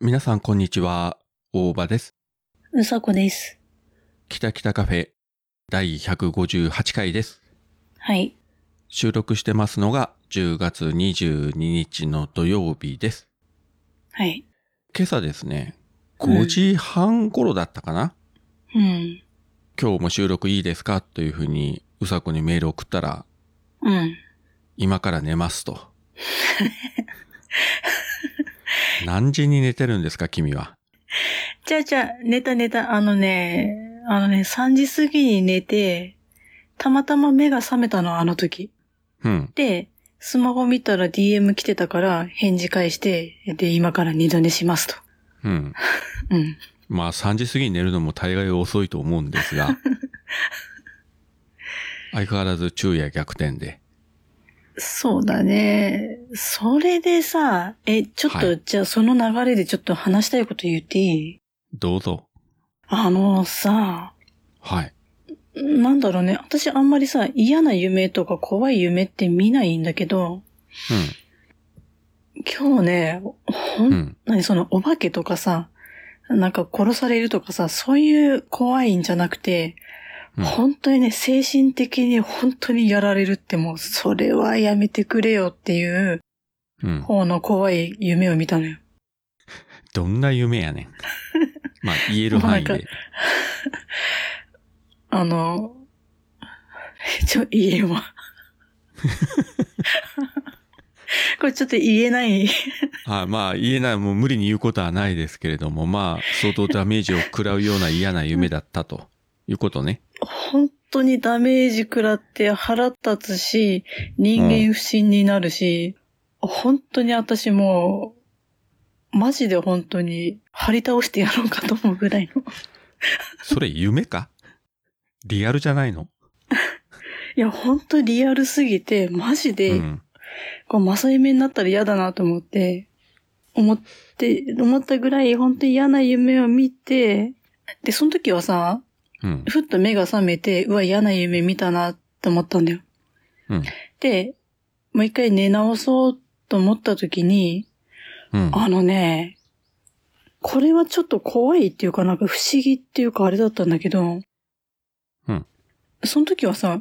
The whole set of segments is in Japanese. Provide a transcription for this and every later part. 皆さん、こんにちは。大場です。うさこです。北北カフェ第158回です。はい。収録してますのが10月22日の土曜日です。はい。今朝ですね、うん5時半頃だったかな、うん。今日も収録いいですかというふうに、うさこにメール送ったら、うん。今から寝ますと。何時に寝てるんですか、君は。じゃあじゃあ、寝た寝た。あのね、あのね、3時過ぎに寝て、たまたま目が覚めたの、あの時。うん。で、スマホ見たら DM 来てたから、返事返して、で、今から二度寝しますと。うん。うん。まあ3時過ぎに寝るのも大概遅いと思うんです が、相変わらず昼夜逆転で。そうだね。それでさ、え、ちょっと、はじゃあその流れでちょっと話したいこと言っていいどうぞ。あのさ、はい。なんだろうね。私あんまりさ、嫌な夢とか怖い夢って見ないんだけど、今日ね、ほ、うんん。うん。なにそのお化けとかさ、なんか殺されるとかさ、そういう怖いんじゃなくて、うん本当にね、精神的に本当にやられるってもう、それはやめてくれよっていううん。方の怖い夢を見たのよ。どんな夢や ねん。まあ言える範囲もうなんで。あの、 ちょ、言えん わ。これちょっと言えない。あまあ言えない、もう無理に言うことはないですけれども、まあ相当ダメージを食らうような嫌な夢だったということね。本当にダメージ食らって腹立つし、人間不信になるし、本当に私もう、マジで本当に張り倒してやろうかと思うぐらいの。それ夢かリアルじゃないのいや、本当リアルすぎて、マジうで、ん。こう、正夢になったら嫌だなと思って、思って、思ったぐらい本当に嫌な夢を見て、で、その時はさ、うん。ふっと目が覚めて、うわ、嫌な夢見たなって思ったんだよ。うん。で、もう一回寝直そうと思った時に、うん。あのね、これはちょっと怖いっていうかなんか不思議っていうかあれだったんだけど、うんその時はさ、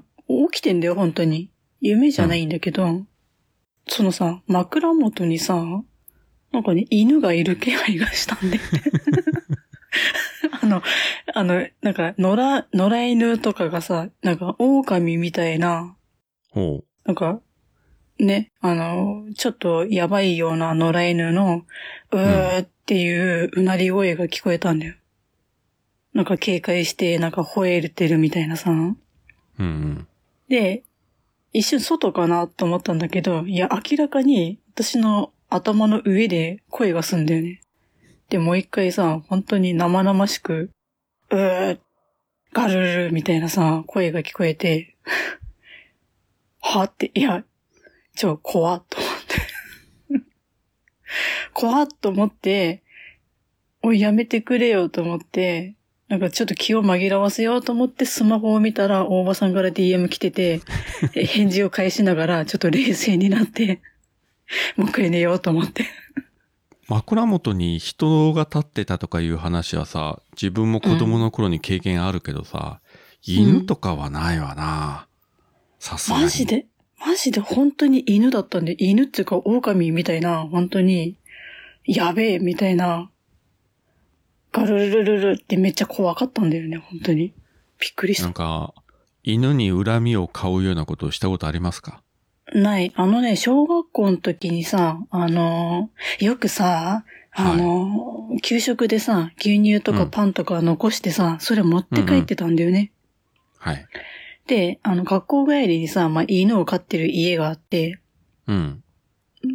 起きてんだよ、本当に。夢じゃないんだけど、そのさ、枕元にさ、なんかね、犬がいる気配がしたんで。 あの、あの、なんか、野良、野良犬とかがさ、なんか、狼みたいな、ほなんか、ね、あの、ちょっとやばいような野良犬の、うーっていううなり声が聞こえたんだよ。なんか警戒して、なんか吠えてるみたいなさ。う。うんで、一瞬外かなと思ったんだけど、いや、明らかに私の頭の上で声がすんだよね。で、もう一回さ、本当に生々しく、うー、ガルルみたいなさ、声が聞こえて、はって、いや、ちょ、怖っと思って。怖っと思って、おい、やめてくれよと思って、なんかちょっと気を紛らわせようと思ってスマホを見たら大場さんから DM 来てて、 え返事を返しながらちょっと冷静になって、 もう一回寝ようと思っうて。ん。枕元に人が立ってたとかいう話はさ、自分も子供の頃に経験あるけどさ、犬とかはないわな。さすがに。マジで、マジで本当に犬だったんで、犬っていうか狼みたいな、本当に、やべえみたいな、ガルルルルルってめっちゃ怖かったんだよね、本当に。びっくりしなんた。か、犬に恨みを買うようなことをしたことありますかない。あのね、小学校の時にさ、あのーよくさ、あのー給食でさ、牛乳とうかんパンとか残してさ、それ持って帰ってたんだよね。はい。で、あの、学校帰りにさ、まあ、犬を飼ってる家があって、うん。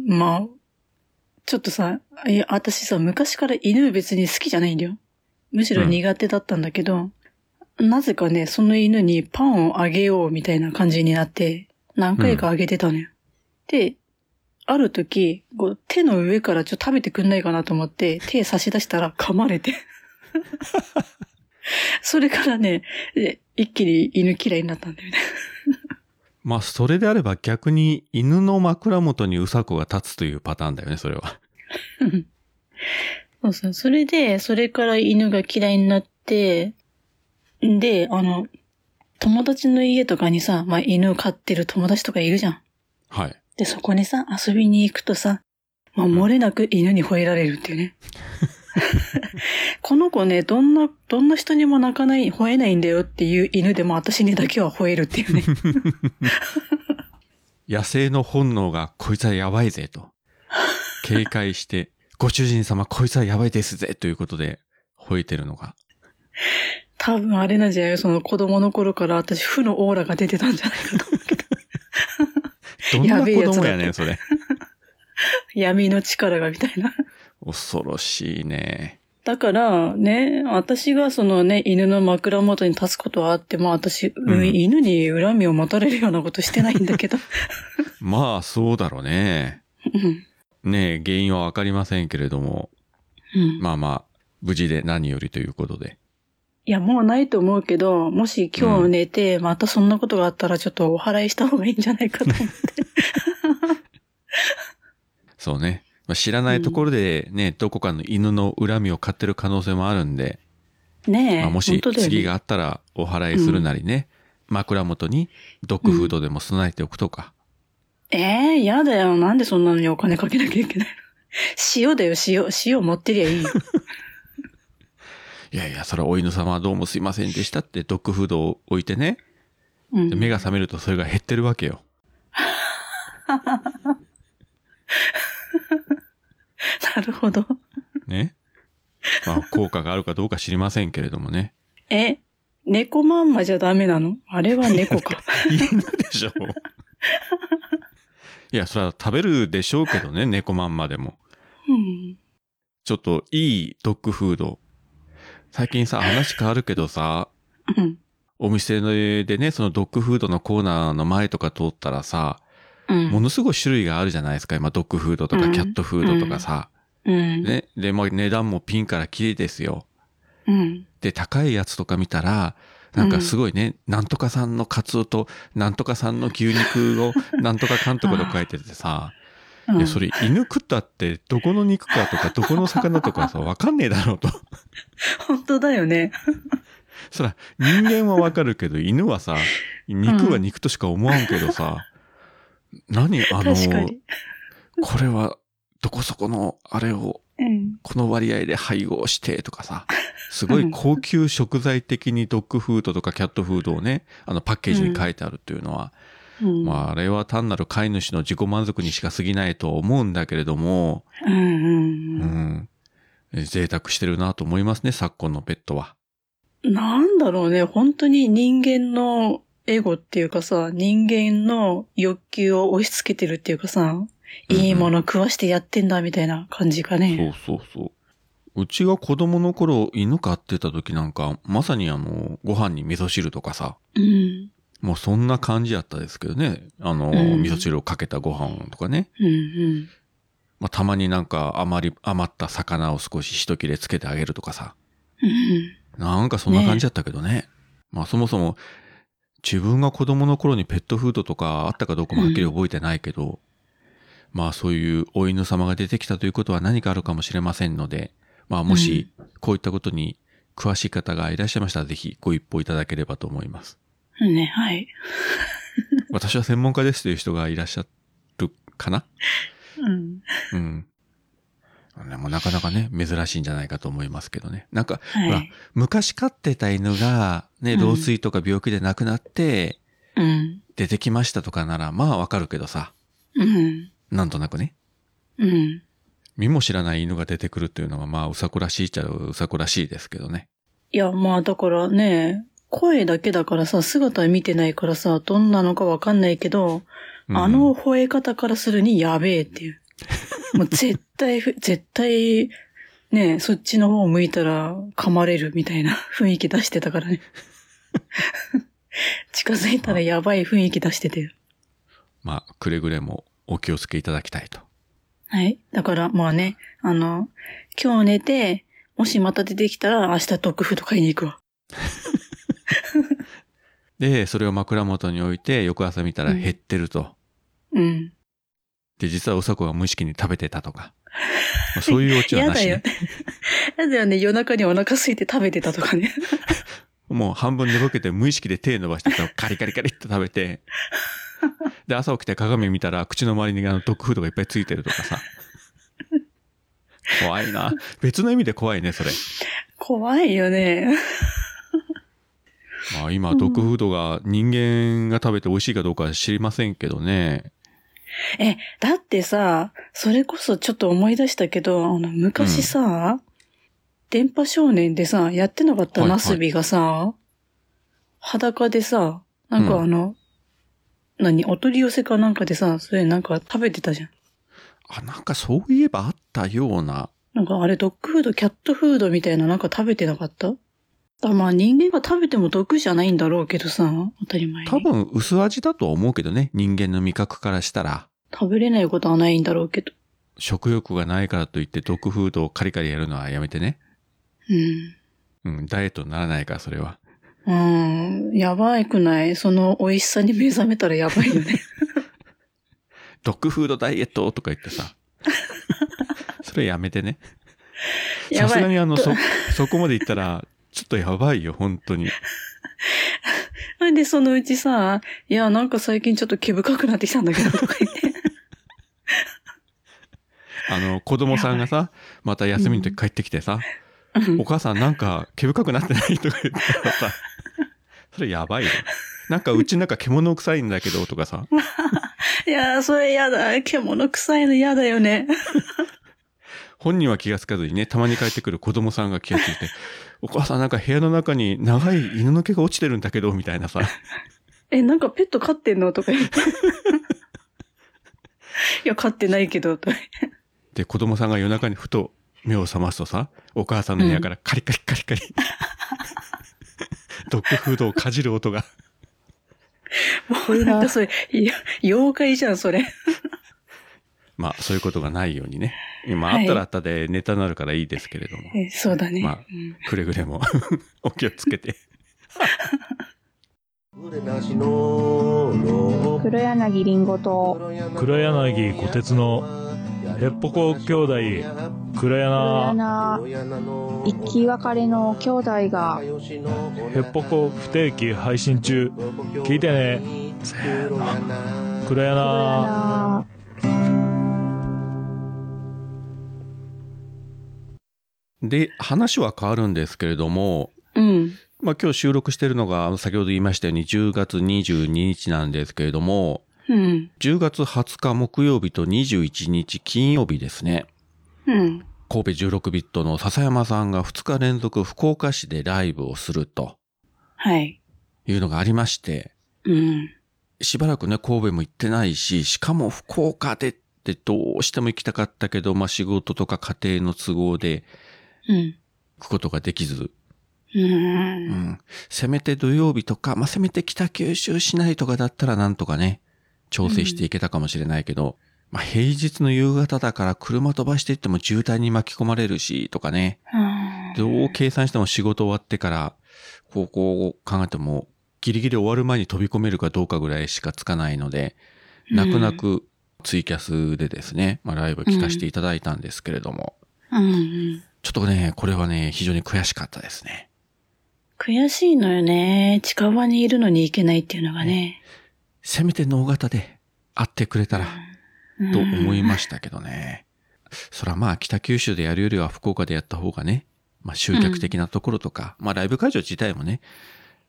まあ、ちょっとさ、いや、私さ、昔から犬別に好きじゃないんだよ。むしろ苦手だったんだけど、なぜかね、その犬にパンをあげようみたいな感じになって、何回かあげてたのよ。で、ある時、こう手の上からちょっと食べてくんないかなと思って、手差し出したら噛まれて。それからね、え一気に犬嫌いになったんだよね。まあ、それであれば逆に犬の枕元にうさこが立つというパターンだよね、それは。そうそう。それで、それから犬が嫌いになって、で、あの、友達の家とかにさ、まあ、犬を飼ってる友達とかいるじゃん。はい。で、そこにさ、遊びに行くとさ、まあ、漏れなく犬に吠えられるっていうね。この子ね、どんな、どんな人にも泣かない、吠えないんだよっていう犬でも私にだけは吠えるっていうね。野生の本能がこいつはやばいぜ と。警戒して、ご主人様こいつはやばいですぜということで吠えてるのが。多分あれなんじゃないその子供の頃から私、負のオーラが出てたんじゃないかと思うけど。どんなやべえ子やつだ供やねん、それ。闇の力がみたいな。恐ろしいね。だからね、私がそのね、犬の枕元に立つことはあって、まあ私、うんうん犬に恨みを持たれるようなことしてないん だけど。まあ、そうだろうね。うん。ねえ、原因はわかりませんけれども、うん。まあまあ、無事で何よりということで。いや、もうないと思うけど、もし今う日ん寝て、またそんなことがあったらちょっとお祓いした方がいいんじゃないかと思って。そうね。まあ、知らないところでね、どこかの犬の恨みを買ってる可能性もあるんで、 ねえ。まあ、もし本当だよね次があったらお祓いするなりね、枕元にドッグフードでも備えておくとか。ええやだよ。なんでそんなのにお金かけなきゃいけないの 塩だよ、塩。塩持って りゃいいよ。いやいや、それはお犬様はどうもすいませんでしたってドッグフードを置いてね、うでん。目が覚めるとそれが減ってるわけよ。なるほど。ね。まあ、効果があるかどうか知りませんけれどもね。え、猫まんまじゃダメなのあれは 猫か。犬でしょ。いや、それは食べるでしょうけどね、猫まんまでも。うん。ちょっといいドッグフード。最近さ、話変わるけどさ、うん。お店でね、そのドッグフードのコーナーの前とか通ったらさ、うん。ものすごい種類があるじゃないですか。今、ドッグフードとうかんキャットフードとかさ。うん。ね。で、まあ値段もピンからキリですよ。うん。で、高いやつとか見たら、なんかすごいね、なんとかさんのカツオと、なんとかさんの牛肉 を、なんとかかんとかと書いててさ、うんいや、それ犬食ったって、どこの肉かとか、どこの魚と かさ、わかんねえだろうと。本当だよね。そら、人間はわかるけど、犬はさ、肉は肉としか思わんけどさ、何あの、確かに。これは、どこそこのあれを、うん。この割合で配合してとかさ、すごい高級食材的にドッグフードとかキャットフードをね、あのパッケージに書いてあるっていうのは、うん。まああれは単なる飼い主の自己満足にしか過ぎないとは思うんだけれども、うんううんん、贅沢してるなと思いますね、昨今のペットは。うん。なんだろうね。本当に人間のエゴっていうかさ、人間の欲求を押し付けてるっていうかさ、いいもの食わしてやってんだみたいな感じかね。そうそうそう。うちが子供の頃犬飼ってた時なんか、まさにあの、ご飯に味噌汁とかさ、うん。もうそんな感じやったですけどね。あの、うん味噌汁をかけたご飯とかね。うんうん。まあ、たまになんかあまり余った魚を少し一切れつけてあげるとかさ。うんなんかそんな感じだったけどね。まあそもそも、自分が子供の頃にペットフードとかあったかどうかもはっきり覚えてないけど、まあそういうお犬様が出てきたということは何かあるかもしれませんので、まあもしこういったことに詳しい方がいらっしゃいましたら、ぜひご一報いただければと思います。うん。ね、はい。私は専門家ですという人がいらっしゃるかなうん。うん。でもなかなかね、珍しいんじゃないかと思いますけどね。なんか、ほはらい。昔飼ってた犬が、ね、うん老衰とか病気で亡くなって、うん。出てきましたとかなら、まあわかるけどさ、うん。なんとなくね、うん。身も知らない犬が出てくるっていうのは、まあうさこらしいっちゃうさこらしいですけどね。いや、まあだからね、声だけだからさ、姿見てないからさ、どんなのかわかんないけど、うんあの、吠え方からするにやべえっていう。もう絶対ふ、絶対、ね、そっちの方向いたら噛まれるみたいな雰囲気出してたからね。 近づいたらやばい雰囲気出してて。まあ、くれぐれもお気をつけいただきたいと。はい。だからまあね、あの、今日寝て、もしまた出てきたら明日ドッグフード買いに行くわ。で、それを枕元に置いて、翌朝見たら減ってると。うん。 で、実はうさこが無意識に食べてたとか。まあそういうオチはなし、ね。だよね、夜中にお腹空いて食べてたとかね。 もう半分寝ぼけて無意識で手伸ばしてさカリカリカリって食べて、で、朝起きて鏡見たら口の周りにあのドッグフードがいっぱいついてるとかさ。怖いな。別の意味で怖いね、それ。怖いよね。まあ今、ドッグフードが人間が食べて美味しいかどうかは知りませんけどね。え、だってさ、それこそちょっと思い出したけど、あの、昔さ、電波少年でさ、やってなかっはたいはいナスビがさ、裸でさ、なんかうんあの、何、お取り寄せかなんかでさ、それなんか食べてたじゃん。あ、なんかそういえばあったような。なんかあれ、ドッグフード、キャットフードみたいななんか食べてなかったあまあ人間が食べても毒じゃないんだろうけどさ、当たり前に。多分薄味だとは思うけどね、人間の味覚からしたら。食べれないことはないんだろうけど。食欲がないからといってドッグフードをカリカリやるのはやめてね。うん。うん、ダイエットにならないから、それは。うん、やばいくないその美味しさに目覚めたらやばいよね。ドッグフードダイエットとか言って さ。それやめてね。やさばすがい。にあ の、そ、そこまで言ったら、ちょっとやばいよ、本当に。なんでそのうちさ、いや、なんか最近ちょっと毛深くなってきたんだけど、とか言って。あの、子供さんがさ、また休みの時帰ってきてさ、うん お母さんなんか毛深くなってないとか言ったらさ、それやばいよ。なんかうちなんか獣臭いんだけどとかさ、いや、それやだ。獣臭いのやだよね。本人は気がつかずにね、たまに帰ってくる子供さんが気がついて、お母さんなんか部屋の中に長い犬の毛が落ちてるんだけど、みたいなさ、え、なんかペット飼ってんのとか 言って。いや、飼ってないけど、とかで、子供さんが夜中にふと目を覚ますとさ、お母さんの部屋からカリカリカリカリ、ドッグフードをかじる音が。もうなんかそれ、いや、妖怪じゃん、それ。まあ、そういうことがないようにね。今、はあいったらあったでネタになるからいいですけれども、えそうだね。まあうんくれぐれも お気をつけて。黒柳りんごと黒柳小鉄のヘッポコ兄弟黒黒柳柳生き別れの兄弟がヘッポコ不定期配信中聞いてねせーの黒黒柳柳で、話は変わるんですけれども、うん。まあ今日収録してるのが、あの先ほど言いましたように10月22日なんですけれども、うん。 10月20日木曜日と21日金曜日ですね。うん。神戸16ビットの笹山さんが2日連続福岡市でライブをするとはい。いうのがありまして、うん。しばらくね、神戸も行ってないし、しかも福岡でってどうしても行きたかったけど、まあ仕事とか家庭の都合でうん。行くことができず、うんう。ん。せめて土曜日とか、まあせめて北九州市内とかだったらなんとかね、調整していけたかもしれないけど、まあ平日の夕方だから車飛ばしていっても渋滞に巻き込まれるし、とかね。あーどう計算しても仕事終わってから、高校を考えても、ギリギリ終わる前に飛び込めるかどうかぐらいしかつかないので、うん泣く泣くツイキャスでですね、まあ、ライブ聞かせていただいたんですけれども、うんうん。ちょっとね、これはね、非常に悔しかったですね。悔しいのよね。近場にいるのに行けないっていうのがね。せめて脳型で会ってくれたら、うんと思いましたけどね。そらまあ、北九州でやるよりは福岡でやった方がね、まあ集客的なところとか、まあライブ会場自体もね、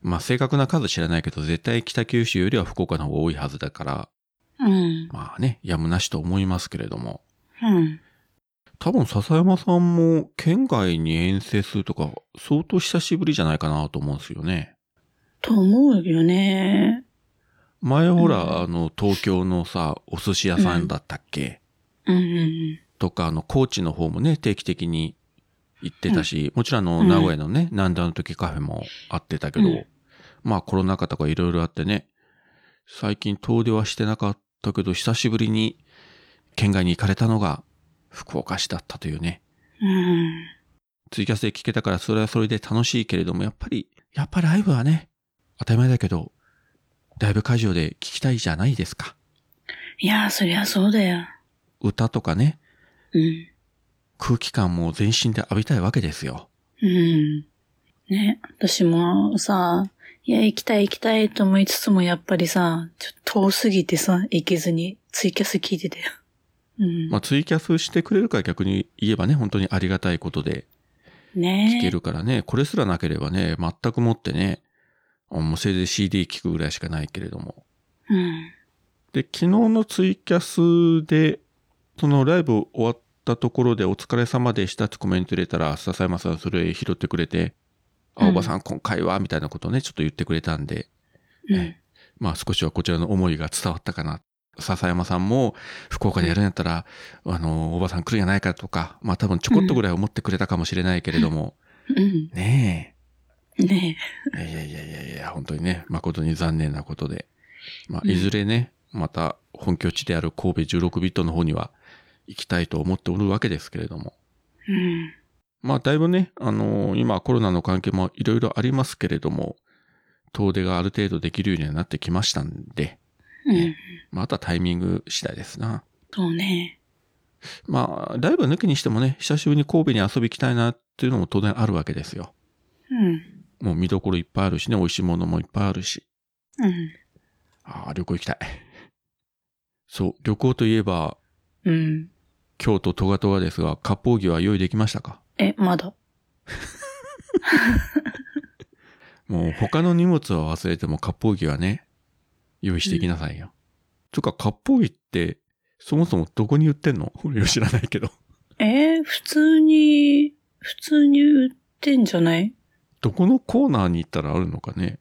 まあ正確な数知らないけど、絶対北九州よりは福岡の方が多いはずだから、うん。まあね、やむなしと思いますけれども。うん。多分笹山さんも県外に遠征するとか、相当久しぶりじゃないかなと思うんですよね。と思うよね。前ほら、うんあの、東京のさ、お寿司屋さんだったっけ、うんうんとか、あの、高知の方もね、定期的に行ってたし、もちろんあの、名古屋のね、南段の時カフェもあってたけど、うんまあコロナ禍とかいろいろあってね、最近遠出はしてなかったけど、久しぶりに県外に行かれたのが福岡市だったというね、うん。うん。ツイキャスで聞けたからそれはそれで楽しいけれども、やっぱり、やっぱライブはね、当たり前だけど、ライブ会場で聞きたいじゃないですか。いや、そりゃそうだよ。歌とかね、うん。空気感も全身で浴びたいわけですよ。うん。ね、私もさ、いや、行きたい行きたいと思いつつも、やっぱりさ、ちょっと遠すぎてさ、行けずにツイキャス聞いてたよ。うん。まあ、ツイキャスしてくれるから逆に言えばね、本当にありがたいことでね聞けるからね、これすらなければね、全くもってね、あもうせいぜい CD 聞くぐらいしかないけれども。うん。で、昨日のツイキャスで、そのライブ終わったところでお疲れ様でしたってコメント入れたら、笹山さんそれ拾ってくれて、あ、うんおばさん今回は、みたいなことをね、ちょっと言ってくれたんで、うん。まあ少しはこちらの思いが伝わったかな。笹山さんも福岡でやるんやったら、あの、おばさん来るんやないかとか、まあ多分ちょこっとぐらい思ってくれたかもしれないけれども、うん。ねねえ。いやいやいやいやいや、本当にね、誠に残念なことで。まあうんいずれね、また本拠地である神戸16ビットの方には行きたいと思っておるわけですけれども。え。うん。まあだいぶね、あの今コロナの関係もいろいろありますけれども、遠出がある程度できるようにはなってきましたんで、うん。まあ、あとはタイミング次第ですな。そうね。まあ、ライブ抜きにしてもね、久しぶりに神戸に遊び行きたいなっていうのも当然あるわけですよ。うん。もう見どころいっぱいあるしね、美味しいものもいっぱいあるし。うん。ああ、旅行行きたい。そう、旅行といえば、うん。京都トガトガですが、割烹着は用意できましたかえ、まだ。もう他の荷物は忘れても割烹着はね、用意していきなさいよ。つうか、割烹着って、そもそもどこに売ってんの俺知らないけど。えー普通に、普通に売ってんじゃないどこのコーナーに行ったらあるのかね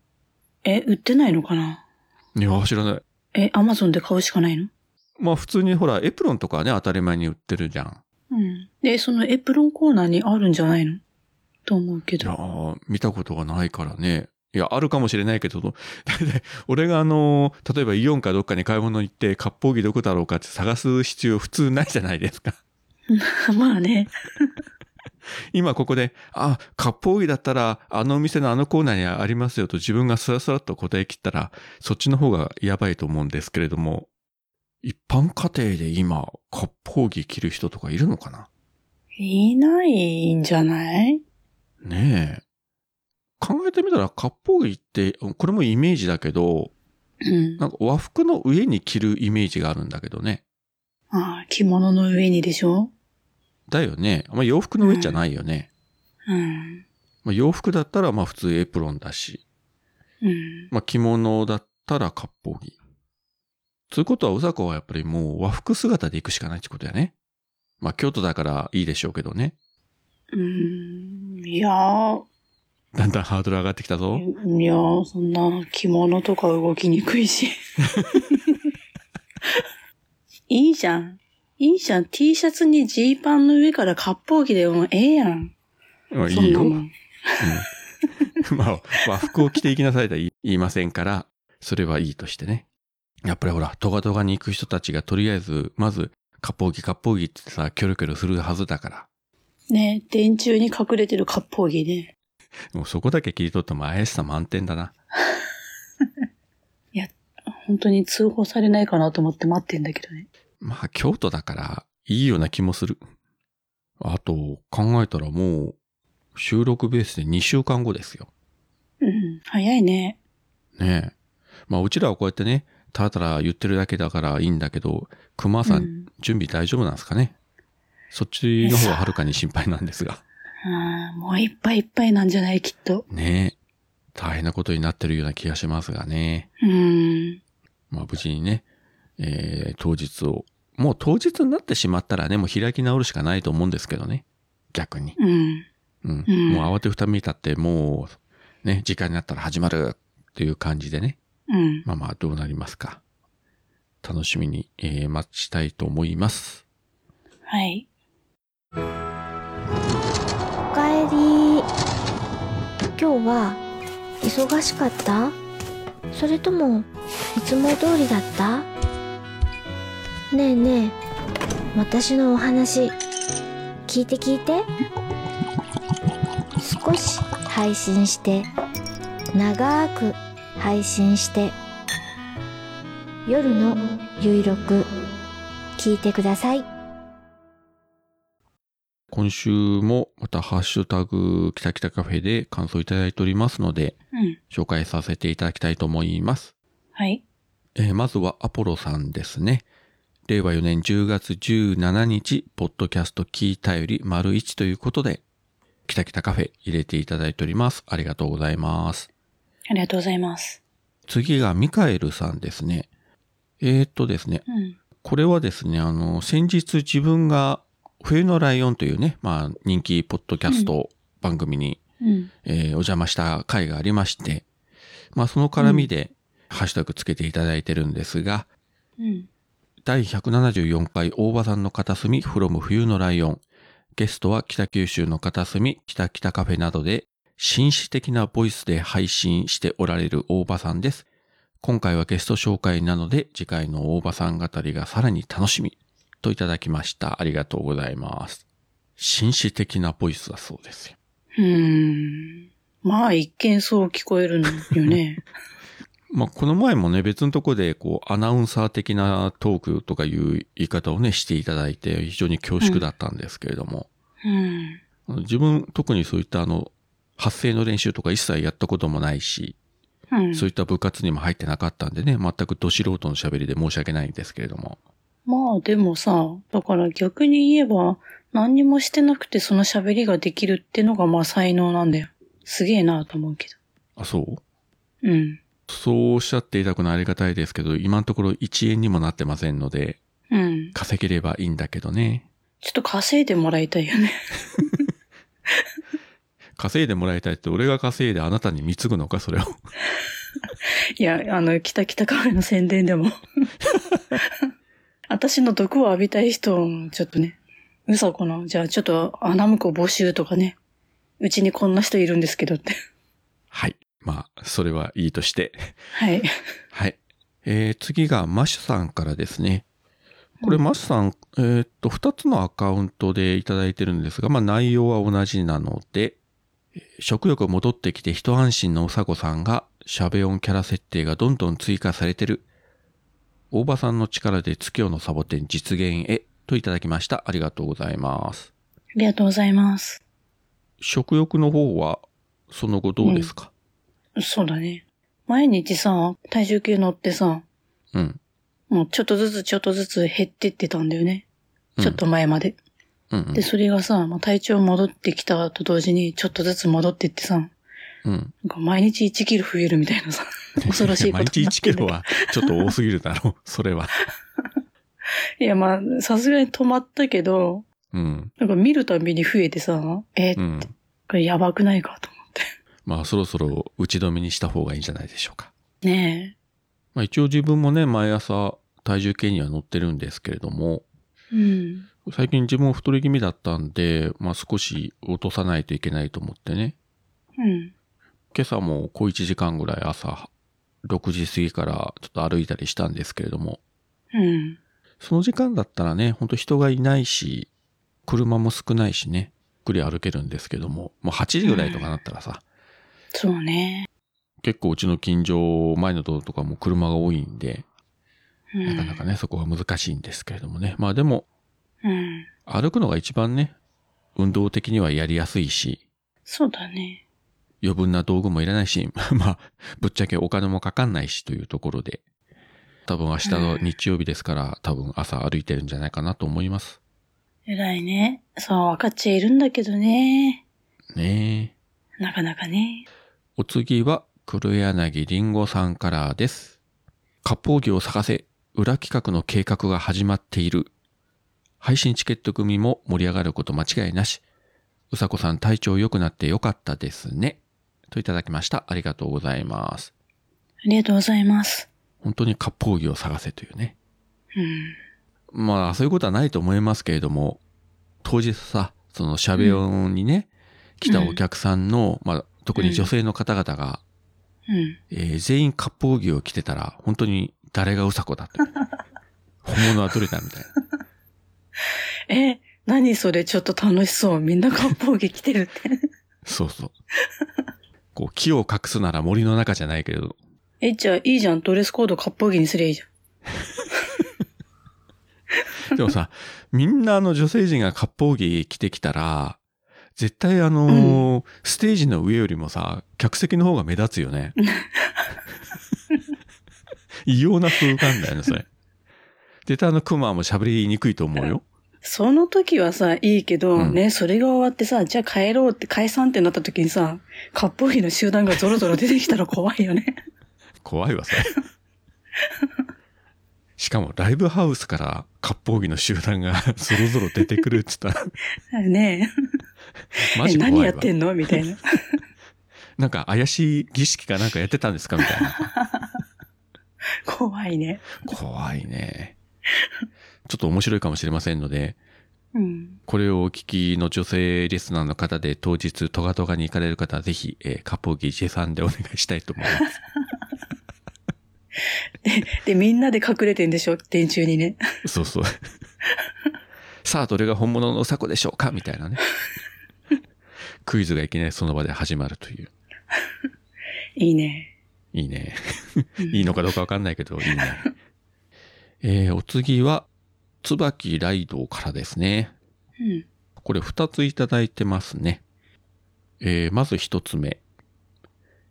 え、売ってないのかないや、知らない。え、アマゾンで買うしかないのまあ普通にほら、エプロンとかはね、当たり前に売ってるじゃん。うん。で、そのエプロンコーナーにあるんじゃないのと思うけいやど。ー、見たことがないからね。いや、あるかもしれないけど、 だいたい俺があのー、例えばイオンかどっかに買い物行って、割烹着どこだろうかって探す必要普通ないじゃないですか。 まあね。今ここで、あ、割烹着だったら、あのお店のあのコーナーにありますよと自分がスラスラっと答え切ったら、そっちの方がやばいと思うんですけれども、一般家庭で今、割烹着着る人とかいるのかないないんじゃないねえ。考えてみたら、割烹着って、これもイメージだけど、うん。なんか和服の上に着るイメージがあるんだけどね。ああ、着物の上にでしょだよね。あんま洋服の上じゃないよね。うん。まあ、洋服だったら、まあ普通エプロンだし、うん。まあ着物だったら割烹着。ということは、うさこはやっぱりもう和服姿で行くしかないってことやね。まあ京都だからいいでしょうけどね。うん。いやー、だんだんハードル上がってきたぞ。いやー、そんな着物とか動きにく いし。いいじゃん。いいじゃん。T シャツにジーパンの上から割烹着でもええやん。まあいそんいなよ。もん。うん まあ、和服を着ていきなさいとは言い言いませんから、それはいいとしてね。やっぱりほら、トガトガに行く人たちがとりあえず、まず、割烹着割烹着ってさ、キョロキョロするはずだから。ね電柱に隠れてる割烹着ね。もうそこだけ切り取っても怪しさ満点だな。本当に通報されないかなと思って待ってんだけどね。まあ、京都だから、いいような気もする。あと、考えたらもう、収録ベースで2週間後ですよ。うん。早いね。ねえ。まあ、うちらはこうやってね、たらたら言ってるだけだからいいんだけど、熊うさん、ん。準備大丈夫なんですかねそっちの方ははるかに心配なんですが。あーもういっぱいいっぱいなんじゃないきっと。ねえ。大変なことになってるような気がしますがね。うん。まあ無事にね、えー、当日を。もう当日になってしまったらね、もう開き直るしかないと思うんですけどね。逆に。うん。うん。うんもう慌てふためいたって、もう、ね、時間になったら始まるっていう感じでね。うん。まあまあどうなりますか。楽しみに、えー待ちたいと思います。はい。おかえり今日は忙しかったそれともいつも通りだったねえねえ私のお話聞いて聞いて少し配信して長く配信して夜のゆいろく聞いてください今週もまたハッシュタグ、きたきたカフェで感想いただいておりますので、うん。紹介させていただきたいと思います。はい。えーまずはアポロさんですね。令和4年10月17日、ポッドキャスト聞いたより丸1ということで、きたきたカフェ入れていただいております。ありがとうございます。ありがとうございます。次がミカエルさんですね。えー、っとですね、うん。これはですね、あの、先日自分が冬のライオンというね、まあ人気ポッドキャスト番組にうん。えーお邪魔した回がありまして、まあその絡みで、ハッシュタグつけていただいてるんですが、うん。第174回大場さんの片隅 from 冬のライオン。ゲストは北九州の片隅北北カフェなどで紳士的なボイスで配信しておられる大場さんです。今回はゲスト紹介なので次回の大場さん語りがさらに楽しみといただきました。ありがとうございます。紳士的なボイスだそうですよ。うーん。まあ、一見そう聞こえるんよ ね。まあ、この前もね、別のとこで、こう、アナウンサー的なトークとかいう言い方をね、していただいて、非常に恐縮だったんですけれども、うん。あの自分、特にそういった、あの、発声の練習とか一切やったこともないし、うん。そういった部活にも入ってなかったんでね、全くど素人の喋りで申し訳ないんですけれども。まあでもさ、だから逆に言えば、何にもしてなくてその喋りができるってのがまあ才能なんだよ。すげえなと思うけあ、そうど。うん。そうおっしゃっていただくのはありがたいですけど、今のところ1円にもなってませんので、うん。稼げればいいんだけどね。ちょっと稼いでもらいたいよね。 稼いでもらいたいって、俺が稼いであなたに貢ぐのか、それを。 いや、あの、キタキタカフェの宣伝 でも。私の毒を浴びたい人、ちょっとね。嘘かなじゃあちょっと穴向こう募集とかね。うちにこんな人いるんですけどって。はい。まあ、それはいいとして。はい。はい。えー、次がマッシュさんからですね。これ、マッシュさん、えーっと、二つのアカウントでいただいてるんですが、まあ内容は同じなので、えー食欲戻ってきて一安心のおさこさんが、シャベオンキャラ設定がどんどん追加されてる。大場さんの力で月夜のサボテン実現へといただきました。ありがとうございます。ありがとうございます。食欲の方は、その後どうですか、そうだね。毎日さ、体重計乗ってさ、うん、もうちょっとずつちょっとずつ減ってってたんだよね。うんちょっと前まで。うん。うんで、それがさ、まあ、体調戻ってきたと同時にちょっとずつ戻ってってさ、なんうん。か毎日1キロ増えるみたいなさ、 恐ろしいことになってん毎だ日1けキどロ。はちょっと多すぎるだろう。それは。いや、まあ、さすがに止まったけど、うん。なんか見るたびに増えてさ、え、うん。これやばくないかと思まあそろそろ打ち止めにした方がいいんじゃないでしょうか。って。ねまあ一応自分もね、毎朝体重計には乗ってるんですけれども、え。うん。最近自分も太り気味だったんで、まあ少し落とさないといけないと思ってね。うん。今朝も小1時間ぐらい朝6時過ぎからちょっと歩いたりしたんですけれども、うん。その時間だったらね、ほんと人がいないし、車も少ないしね、ゆっくり歩けるんですけども、もう8時ぐらいとかなったらさ、そうね。結構うちの近所、前の道路とかも車が多いんで、うん。なかなかね、そこが難しいんですけれどもね。まあでも、うん。歩くのが一番ね、運動的にはやりやすいし、そうだね。余分な道具もいらないし、 まあ、ぶっちゃけお金もかかんないしというところで、多分明日の日曜日ですから、多分朝歩いてるんじゃないかなと思います。偉いね。そう、分かっちゃいるんだけどね。ねえ。なかなかね。お次は、黒柳りんごさんからです。割烹着を咲かせ、裏企画の計画が始まっている。配信チケット組も盛り上がること間違いなし。うさこさん体調良くなって良かったですね。といただきました。ありがとうございます。ありがとうございます。本当に割烹着を探せというね。うん。まあ、そういうことはないと思いますけれども、当日さ、そのシャベオンにね、来たお客さんの、まあ、特に女性の方々が、うん。えー全員割烹着を着てたら、本当に誰がうさこだと。本物は取れたみたいな。え、何それちょっと楽しそう。みんな割烹着来てるって。 そうそう。こう、木を隠すなら森の中じゃないけれど、え、じゃあいいじゃん。ドレスコード割烹着にすりゃいいじゃん。でもさ、みんなあの女性陣が割烹着着てきたら、絶対あのーステージの上よりもさ、客席の方が目立つよね。異様な空間だよね、それ。絶対あのクマも喋りにくいと思うよ。その時はさ、いいけど、うんね、それが終わってさ、じゃあ帰ろうって解散ってなった時にさ、割烹着の集団がゾロゾロ出てきたら怖いよね。 怖いわ、それ。しかもライブハウスから割烹着の集団が そろそろ出てくるって言 ったら、ねマえ、えジ怖いわ。何やってんのみたいな。 なんか怪しい儀式かなんかやってたんですかみたいな。 怖いね。怖いね。ちょっと面白いかもしれませんので、うん。これをお聞きの女性リスナーの方で当日トガトガに行かれる方はぜひ、えー、カポギジェさんでお願いしたいと思います。で、みんなで隠れてんでしょ電柱にね。そうそう。さあ、どれが本物のサコでしょうかみたい なね。クイズがいきなりその場で始まるという。いいね。いいね。いいのかどうかわかんないけど、いいね。えー、お次は、椿ライドからですね。うん。これ二ついただいてますね。えー、まず一つ目。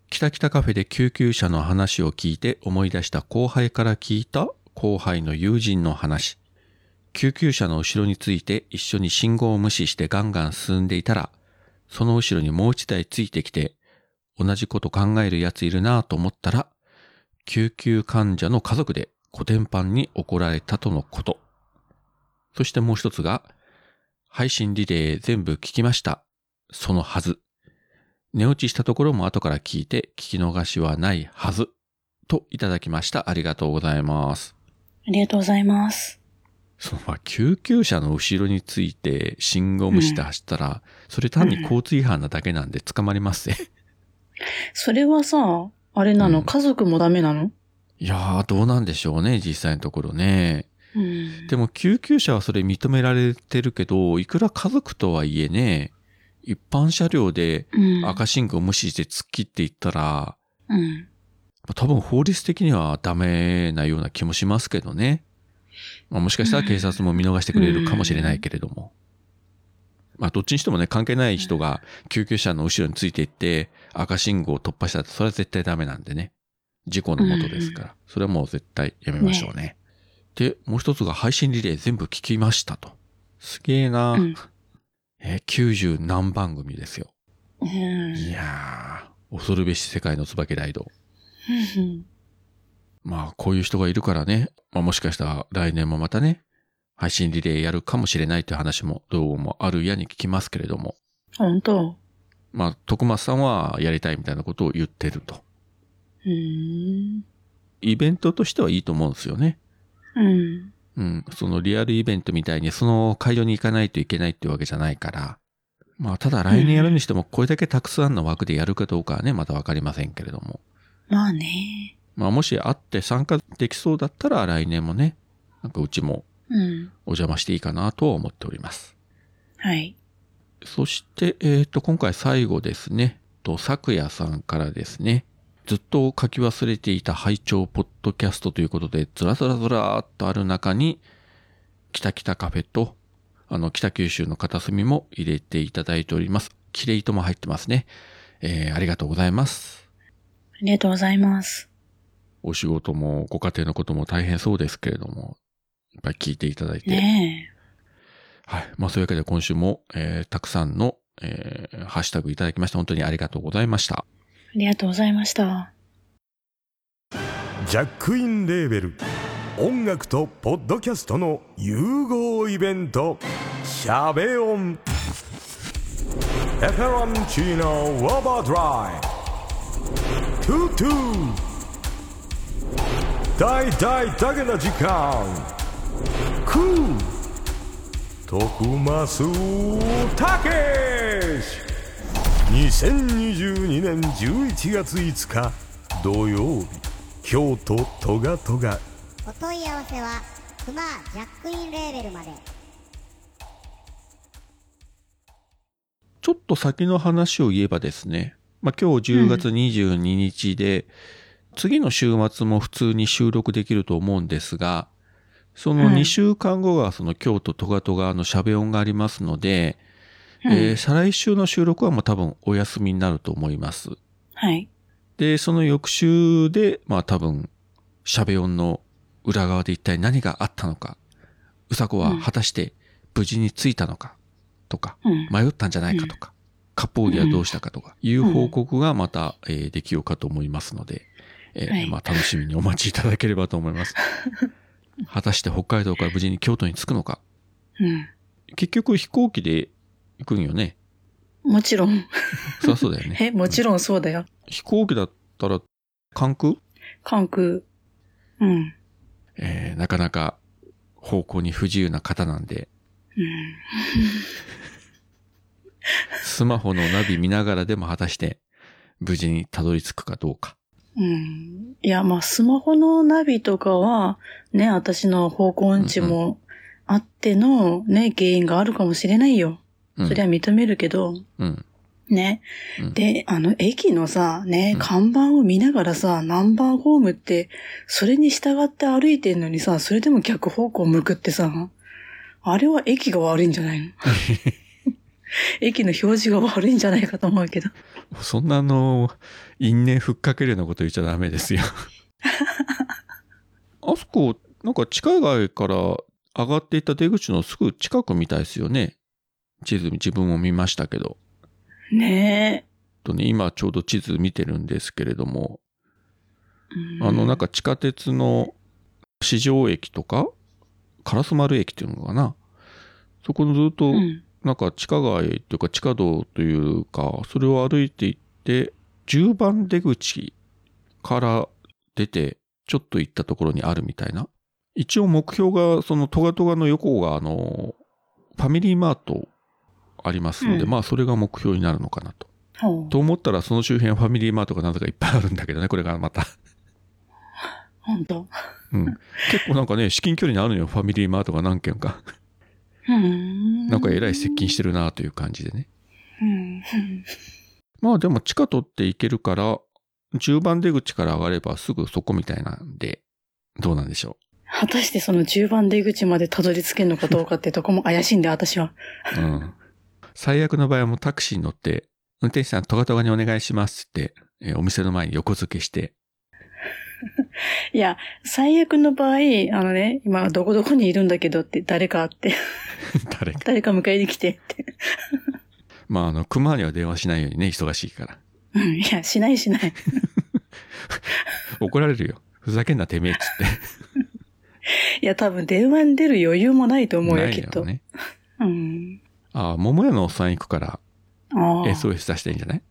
キタキタカフェで救急車の話を聞いて思い出した後輩から聞いた後輩の友人の話。救急車の後ろについて一緒に信号を無視してガンガン進んでいたら、その後ろにもう一台ついてきて、同じこと考えるやついるなぁと思ったら、救急患者の家族でコテンパンに怒られたとのこと。そしてもう一つが、配信リレー全部聞きました。そのはず。寝落ちしたところも後から聞いて聞き逃しはないはず。といただきました。ありがとうございます。ありがとうございます。そのまあ救急車の後ろについて信号無視で走ったら、それ単に交通違反なだけなんで 捕まりますね。それはさ、あれなの、うん家族もダメなのいやー、どうなんでしょうね、実際のところね。うん。でも救急車はそれ認められてるけど、いくら家族とはいえね、一般車両でうん。赤信号無視して突っ切っていったら、うん。まあ多分法律的にはダメなような気もしますけどね。まあ、もしかしたら警察も見逃してくれるかもしれないけれども。まあ、どっちにしてもね、関係ない人が救急車の後ろについていって、赤信号を突破したら、それは絶対ダメなんでね。事故のもとですから。それはもう絶対やめましょうね。で、もう一つが配信リレー全部聞きましたと。すげえな、うんえー、90何番組ですよ。いやー、恐るべし世界の椿ライド。うん。まあ、こういう人がいるからね、まあ、もしかしたら来年もまたね、配信リレーやるかもしれないという話もどうもあるやに聞きますけれども、本当まあ、徳松さんはやりたいみたいなことを言ってると。うーん。イベントとしてはいいと思うんですよね。うん。うん。そのリアルイベントみたいにその会場に行かないといけないっていうわけじゃないから、まあ、ただ来年やるにしてもこれだけたくさんの枠でやるかどうかはね、まだわかりませんけれども。まあね。まあ、もし会って参加できそうだったら来年もね、なんかうちもうん。お邪魔していいかなとは思っております。はい。そして、えっ、と、今回最後ですね。と、昨夜さんからですね。ずっと書き忘れていた拝聴ポッドキャストということで、ずらずらずらーっとある中に、北北カフェと、あの、北九州の片隅も入れていただいております。キレイとも入ってますね。えー、ありがとうございます。ありがとうございます。お仕事もご家庭のことも大変そうですけれども、いっぱい聞いていただいて。ねはい。まあ、そういうわけで今週も、えーたくさんの、えーハッシュタグいただきまして、本当にありがとうございました。え。ありがとうございました。ジャックインレーベル音楽とポッドキャストの融合イベント「シャベオン」「エフェロンチーノウォーバードライ」「トゥトゥ」「大大だけの時間」「クー」「徳マスたけし」2022年11月5日土曜日京都トガトガお問い合わせはクマジャックインレーベルまでちょっと先の話を言えばですね、まあ、今日10月22日で、次の週末も普通に収録できると思うんですが、そのは2い週間後がその京都トガトガのしゃべ音がありますので、はいえー再来週の収録はもう多分お休みになると思います。はい。で、その翌週で、まあ多分、しゃべ音の裏側で一体何があったのか、うさこは果たして無事に着いたのか、とか、うん。迷ったんじゃないかとか、割烹着はどうしたかとか、いう報告がまた、えーできようかと思いますので、えーはいまあ楽しみにお待ちいただければと思い ます。果たして北海道から無事に京都に着くのか、うん。結局飛行機で行くんよね。もちろん。そりゃそうだよね。 え、もちろんそうだよ。飛行機だったら、関空関空。うん。えーなかなか方向に不自由な方なんで、うん。スマホのナビ見ながらでも果たして無事にたどり着くかどうか。うん。いや、まあ、スマホのナビとかは、ね、私の方向音痴もあっての、ね、原因があるかもしれないよ。うんそれは認めるけど、うん。ねうん。で、あの、駅のさ、ねう、ん看板を見ながらさ、何番ホームって、それに従って歩いてんのにさ、それでも逆方向向くってさ、あれは駅が悪いんじゃ ないの駅の表示が悪いんじゃないかと思うけど。そんなあの、因縁ふっかけるようなこと言っちゃダメですよ。 あそこ、なんか地下街から上がっていった出口のすぐ近くみたいですよね。地図、自分も見ましたけど。ねとね、今ちょうど地図見てるんですけれども、え。うんあの、なんか地下鉄の四条駅とか、烏丸駅っていうのかな。そこのずっと、うん。なんか地下街というか地下道というか、それを歩いていって、10番出口から出て、ちょっと行ったところにあるみたいな。一応目標が、そのトガトガの横が、あの、ファミリーマートありますので、うんまあそれが目標になるのかなと。ほうと思ったら、その周辺はファミリーマートがなぜかいっぱいあるんだけどね、これがまた。ほんと。うん。結構なんかね、至近距離にあるのよ、ファミリーマートが何軒か。うん。なんかえらい接近してるなという感じでね。うん。まあでも地下取っていけるから、10番出口から上がればすぐそこみたいなんで、どうなんでしょ果たしてその10番出口までたどり着けるのかどうかってとこも怪しいんだよ、私は。う。うん。最悪の場合はもうタクシーに乗って、運転手さんトガトガにお願いしますって、えーお店の前に横付けして、 いや、最悪の場合、あのね、今どこどこにいるんだけどって誰か会って、誰か。誰か迎えに来てって。まああの、熊には電話しないようにね、忙しいから。うん、いや、しないしない。怒られるよ。ふざけんなてめえっつって。いや、多分電話に出る余裕もないと思うよ、ないきっと。よね。うん。ああ、桃屋のおっさん行くから、ああ。 SOS 出していいんじゃない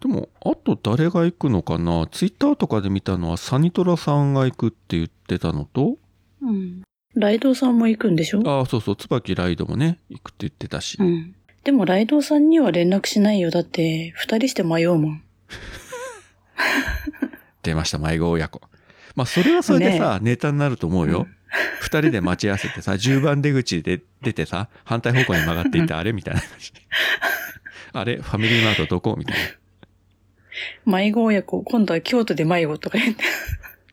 でも、あと誰が行くのかなツイッターとかで見たのはサニトラさんが行くって言ってたのと、うん。ライドウさんも行くんでしょああ、そうそう、椿ライドもね、行くって言ってたし。うん。でもライドウさんには連絡しないよ。だって、二人して迷うもん。出ました、迷子親子。まあ、それはそれでさ、ネタになると思ううよ。二、人で待ち合わせてさ、10番出口で出てさ、反対方向に曲がっていった、あれみたいな話。あれファミリーマートどこみたいな。迷子親子、今度は京都で迷子とか言って。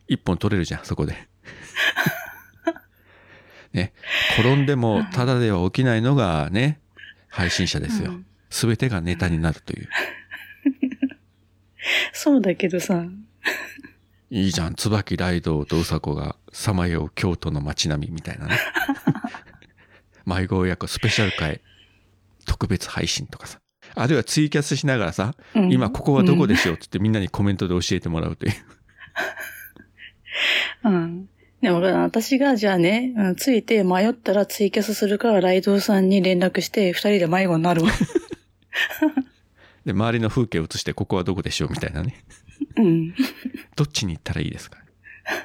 一本取れるじゃん、そこで。 ね、転んでもただでは起きないのがね、配信者ですようん。すべてがネタになるという。そうだけどさ。いいじゃん、椿ライドとうさこがさまよう京都の街並みみたいなね。迷子親子スペシャル会特別配信とかさ。あるいはツイキャスしながらさ、うん今ここはどこでしょうって言ってみんなにコメントで教えてもらうという。うん。でも、私が、じゃあね、うんついて迷ったらツイキャスするから、ライドウさんに連絡して、二人で迷子 になるわ。で、周りの風景を映してここはどこでしょうみたいなね。うん。どっちに行ったらいいですか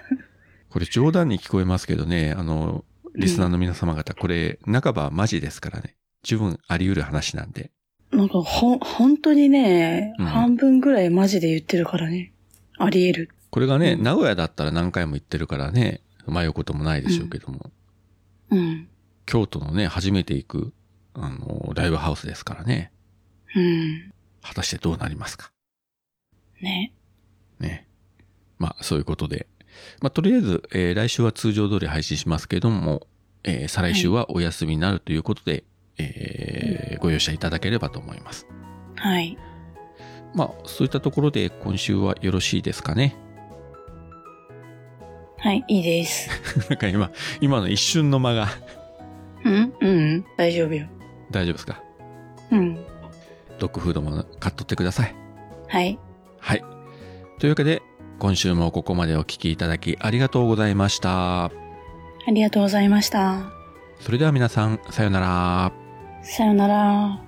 これ冗談に聞こえますけどね、あの、リスナーの皆様方、これ、半ばマジですからね。十分あり得る話なんで。なんか、ほ、本当にね、うん半分ぐらいマジで言ってるからね。あり得る。これがね、うん名古屋だったら何回も行ってるからね、迷うこともないでしょうけども、うん。京都のね、初めて行く、あの、ライブハウスですからね、うん。果たしてどうなりますか。ね。ね。まあ、そういうことで、まあ、とりあえず、えー来週は通常通り配信しますけれども、えー再来週はお休みになるということで、えーご容赦いただければと思います。はい。まあ、そういったところで今週はよろしいですかね。 はい、いいです。なんか今、今の一瞬の間がうんうん。大丈夫よ。大丈夫ですかうん。ドッグフードも買っとってください。はい。はい。というわけで、今週もここまでお聞きいただきありがとうございました。ありがとうございました。それでは皆さん、さようなら。さよなら。